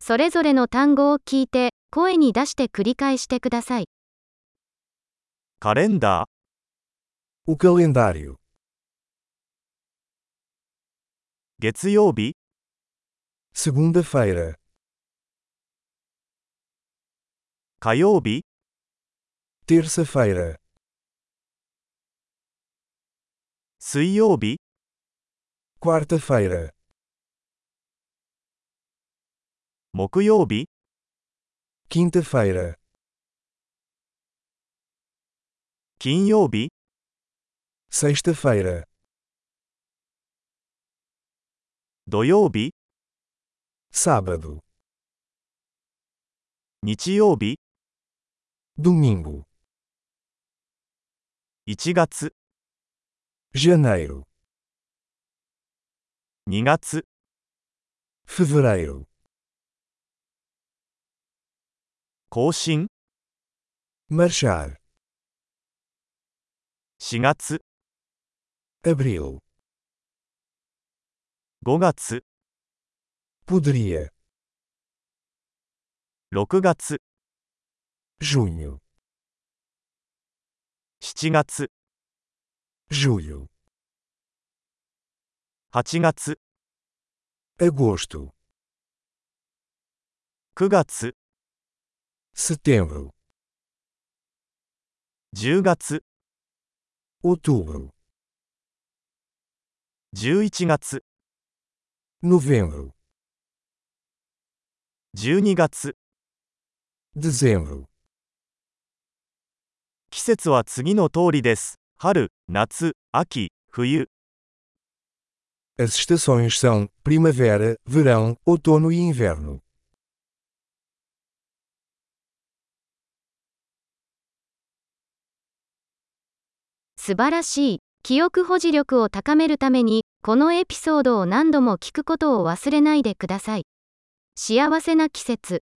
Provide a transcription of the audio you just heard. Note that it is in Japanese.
それぞれの単語を聞いて、声に出して繰り返してください。カレンダー、 O calendário. 月曜日、 Segunda-feira. 火曜日、 Terça-feira. 水曜日、 Quarta-feira. 木曜日、 Quinta-feira. 金曜日、 Sexta-feira. 土曜日、 Sábado. 日曜日、 Domingo. 1月、 Janeiro. 2月、 Fevereiro. 更新、 Marchar. 4月、 Abril. 5月、 Poderia. 6月、 Junho. 7月、 Julho. 8月、 Agosto. 9月、 Setembro. 10月、 Outubro. 11月、 Novembro. 12月、 Dezembro. 季節は次の通りです。春、夏、秋、冬。 As estações são primavera, verão, outono e inverno. 素晴らしい。記憶保持力を高めるために、このエピソードを何度も聞くことを忘れないでください。幸せな季節。